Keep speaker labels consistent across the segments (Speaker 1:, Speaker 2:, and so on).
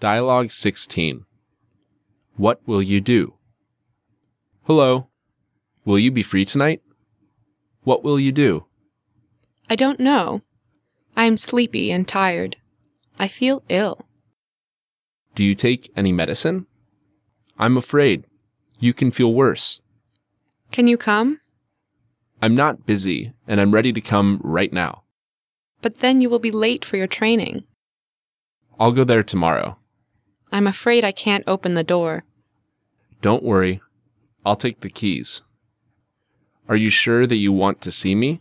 Speaker 1: Dialogue 16. What will you do? Hello. Will you be free tonight? What will you do?
Speaker 2: I don't know. I am sleepy and tired. I feel ill.
Speaker 1: Do you take any medicine? I'm afraid. You can feel worse.
Speaker 2: Can you come?
Speaker 1: I'm not busy, and I'm ready to come right now.
Speaker 2: But then you will be late for your training.
Speaker 1: I'll go there tomorrow.
Speaker 2: I'm afraid I can't open the door.
Speaker 1: Don't worry. I'll take the keys. Are you sure that you want to see me?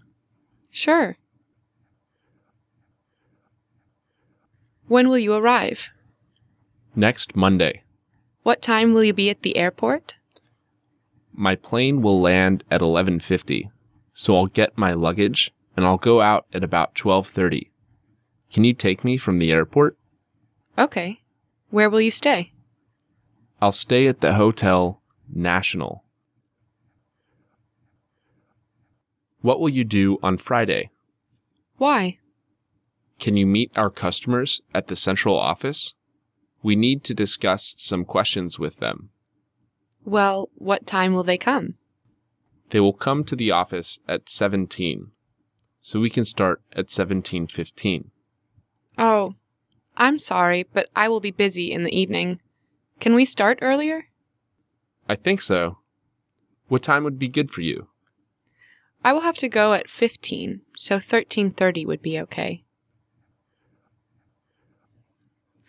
Speaker 2: Sure. When will you arrive?
Speaker 1: Next Monday.
Speaker 2: What time will you be at the airport?
Speaker 1: My plane will land at 11:50, so I'll get my luggage and I'll go out at about 12:30. Can you take me from the airport?
Speaker 2: Okay. Where will you stay?
Speaker 1: I'll stay at the Hotel National. What will you do on Friday?
Speaker 2: Why?
Speaker 1: Can you meet our customers at the central office? We need to discuss some questions with them.
Speaker 2: Well, what time will they come?
Speaker 1: They will come to the office at 17, so we can start at 17:15.
Speaker 2: Oh, I'm sorry, but I will be busy in the evening. Can we start earlier?
Speaker 1: I think so. What time would be good for you?
Speaker 2: I will have to go at 15, so 13:30 would be okay.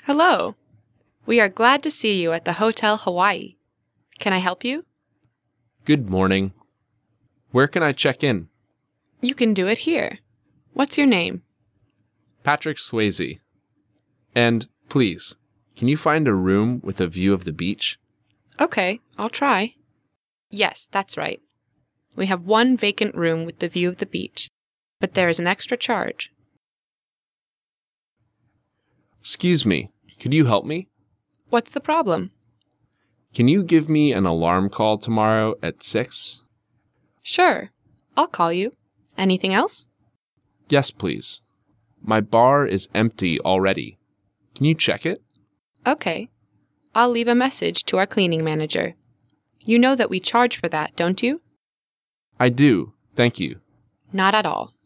Speaker 2: Hello. We are glad to see you at the Hotel Hawaii. Can I help you?
Speaker 1: Good morning. Where can I check in?
Speaker 2: You can do it here. What's your name?
Speaker 1: Patrick Swayze. And please, can you find a room with a view of the beach?
Speaker 2: Okay, I'll try. Yes, that's right. We have one vacant room with the view of the beach, but there is an extra charge.
Speaker 1: Excuse me, could you help me?
Speaker 2: What's the problem?
Speaker 1: Can you give me an alarm call tomorrow at 6?
Speaker 2: Sure, I'll call you. Anything else?
Speaker 1: Yes, please. My bar is empty already. Can you check it?
Speaker 2: Okay. I'll leave a message to our cleaning manager. You know that we charge for that, don't you?
Speaker 1: I do, thank you.
Speaker 2: Not at all.